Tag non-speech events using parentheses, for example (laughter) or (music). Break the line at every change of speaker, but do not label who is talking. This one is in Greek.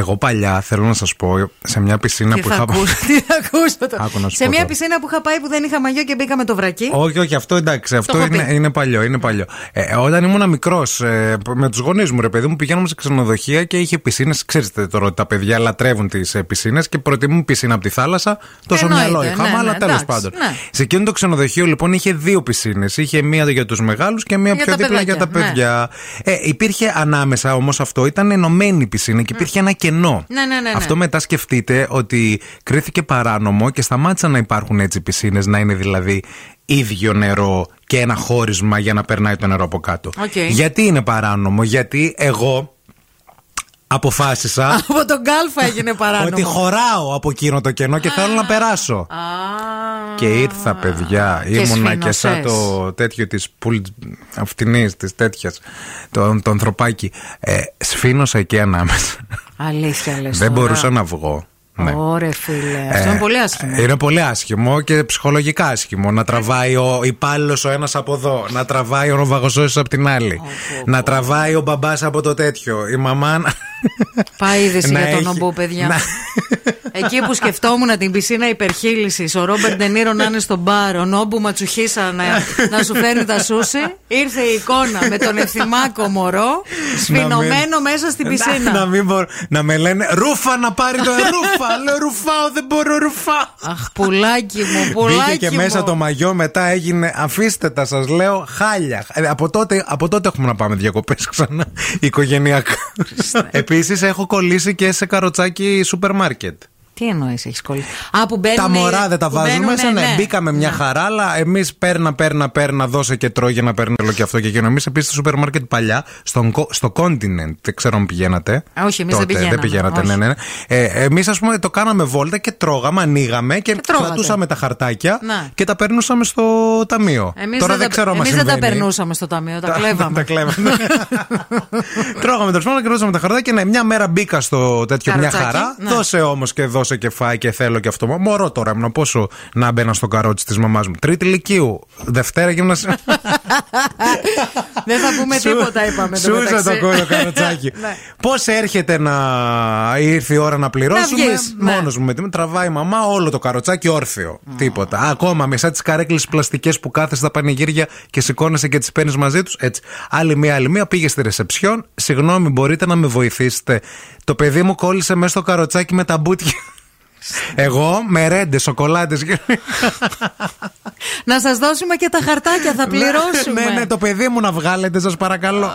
Εγώ παλιά θέλω να σας πω σε μια πισίνα
Τι
που
θα
είχα πάει. (laughs)
ακούσω, τι θα ακούσω τώρα.
Άκου να σου
Σε
πω
μια
τώρα.
πισίνα που είχα πάει που δεν είχα μαγιό και μπήκα με το βρακί.
Όχι, όχι, αυτό εντάξει, αυτό
έχω
είναι,
πει.
είναι παλιό. Είναι παλιό. Ε, όταν ήμουν μικρός, με τους γονείς μου, ρε παιδί μου, πηγαίναμε σε ξενοδοχεία και είχε πισίνες. Ξέρετε τώρα ότι τα παιδιά λατρεύουν τις ε, πισίνες και προτιμούν πισίνα από τη θάλασσα. Τόσο
Εννοείται,
μυαλό είχαμε,
ναι, ναι,
αλλά τέλος
εντάξει,
πάντων.
ναι.
Σε εκείνο το ξενοδοχείο λοιπόν είχε δύο πισίνες. Είχε μία για τους μεγάλους και μία
Για
πιο
τα
δίπλα για τα
παιδάκια, ναι.
παιδιά. Ε, υπήρχε ανάμεσα όμως αυτό, ήταν ενωμένη η πισίνα και υπήρχε ένα κενό.
Ναι, ναι, ναι, ναι.
Αυτό μετά σκεφτείτε ότι κρίθηκε παράνομο και σταμάτησαν να υπάρχουν έτσι πισίνες, να είναι δηλαδή ίδιο νερό και ένα χώρισμα για να περνάει το νερό από κάτω.
Οκ.
Γιατί είναι παράνομο, γιατί εγώ αποφάσισα
Από τον κάλφα έγινε παράνομο.
ότι χωράω από εκείνο το κενό και θέλω να περάσω.
Α.
Και ήρθα, παιδιά.
Και
Ήμουνα και
σφήνωσες.
σαν το τέτοιο της πουλ αυτινής, της τέτοιας, το, το ανθρωπάκι. Ε, σφήνωσα εκεί ανάμεσα.
Αλήθεια λες
Δεν
τώρα.
μπορούσα να βγω. Ναι.
Ωρε φίλε, αυτό είναι
Ε,
πολύ άσχημο.
Είναι πολύ άσχημο και ψυχολογικά άσχημο. Να τραβάει ο υπάλληλος ο ένας από εδώ, να τραβάει ο νοβαγοσό από την άλλη, να τραβάει ο μπαμπάς από το τέτοιο, η μαμά. να-
Πάει είδηση
να
για τον
έχει-
ομπού, παιδιά.
να-
Εκεί που σκεφτόμουν την πισίνα υπερχείλησης, ο Ρόμπερτ Ντενίρο να είναι στον μπαρ, ο Νόμπου Ματσουχίσα να, να σου φέρνει τα σούσι, ήρθε η εικόνα με τον ευθυμάκο μωρό, Ε, σφινωμένο μέσα στην
Να, να
πισίνα.
μην μπορώ- να με λένε ρούφα να πάρει το ε, ρούφα. Λέω ρουφάω, δεν μπορώ, ρουφάω.
Αχ, πουλάκι μου,
Μπήκε
πουλάκι
και
μου.
μέσα το μαγιό, μετά έγινε. Αφήστε τα, σας λέω χάλια. Ε, Από τότε, από τότε έχουμε να πάμε διακοπές ξανά. Οικογενειακά. Επίσης, έχω κολλήσει και σε καροτσάκι σούπερ μάρκετ.
Τι εννοείς, έχεις κολλήσει. Α, που μπαίνουν.
Τα μωρά δεν τα
που
βάζουν
μπαίνουν,
μέσα. Ναι, μπήκαμε μια χαρά, αλλά εμείς παίρνα, παίρνα, παίρνα, δώσε και τρώγε να παίρνει όλο και αυτό και εκείνο. Εμείς επίσης στο σούπερ μάρκετ παλιά, στον, κο- στο Continent, δεν ξέρω αν πηγαίνατε.
Α, όχι, εμείς
Τότε,
δεν πηγαίναμε,
πηγαίνατε,
όχι.
ναι, ναι. ναι. Ε, εμείς, ας πούμε, το κάναμε βόλτα και τρώγαμε, ανοίγαμε και,
Και τρώγατε.
κρατούσαμε τα χαρτάκια
Να.
και τα περνούσαμε στο ταμείο.
Εμείς
Τώρα
δεν,
δεν
τα-
ξέρω αν
εμείς
μας
δεν τα
συμβαίνει.
περνούσαμε στο ταμείο, τα κλέβαμε.
τα
(laughs)
κλέβαμε. ναι. Τρώγαμε τέλος πάντων, κρατούσαμε τα χαρδάκια. Ναι, μια μέρα μπήκα στο τέτοιο μια
Καροτσάκι,
χαρά.
ναι.
Δώσε όμως και δώσε και φάει και θέλω και αυτό. Μωρό τώρα ήμουν πόσο να μπαίνα στο καρότσι της μαμάς μου. Τρίτη Λυκείου, Δευτέρα γυμνασίου.
δεν θα πούμε
Σου-
τίποτα, είπαμε. εν τω
Σούζα το
μεταξύ.
κόλλο
(laughs)
καροτσάκι.
Ναι.
Πώς έρχεται να ήρθε η ώρα να πληρώσουμε.
βγεις, ναι.
Μόνος μου με τη- τραβάει η μαμά όλο το καροτσάκι όρθιο. Τίποτα. Ακόμα μισά τις καρέκλες πλαστικές που κάθεσαι στα πανηγύρια και σηκώνεσαι και τις παίρνεις μαζί τους. Έτσι. Άλλη μία, άλλη μία πήγε στη ρεσεψιόν. Συγγνώμη, μπορείτε να με βοηθήσετε. Το παιδί μου κόλλησε μέσα στο καροτσάκι με τα
(laughs)
μπουτια. Εγώ με ρέντε, σοκολάτες.
Να σας δώσουμε και τα χαρτάκια, θα πληρώσουμε.
ναι, ναι, το παιδί μου να βγάλετε, σας παρακαλώ.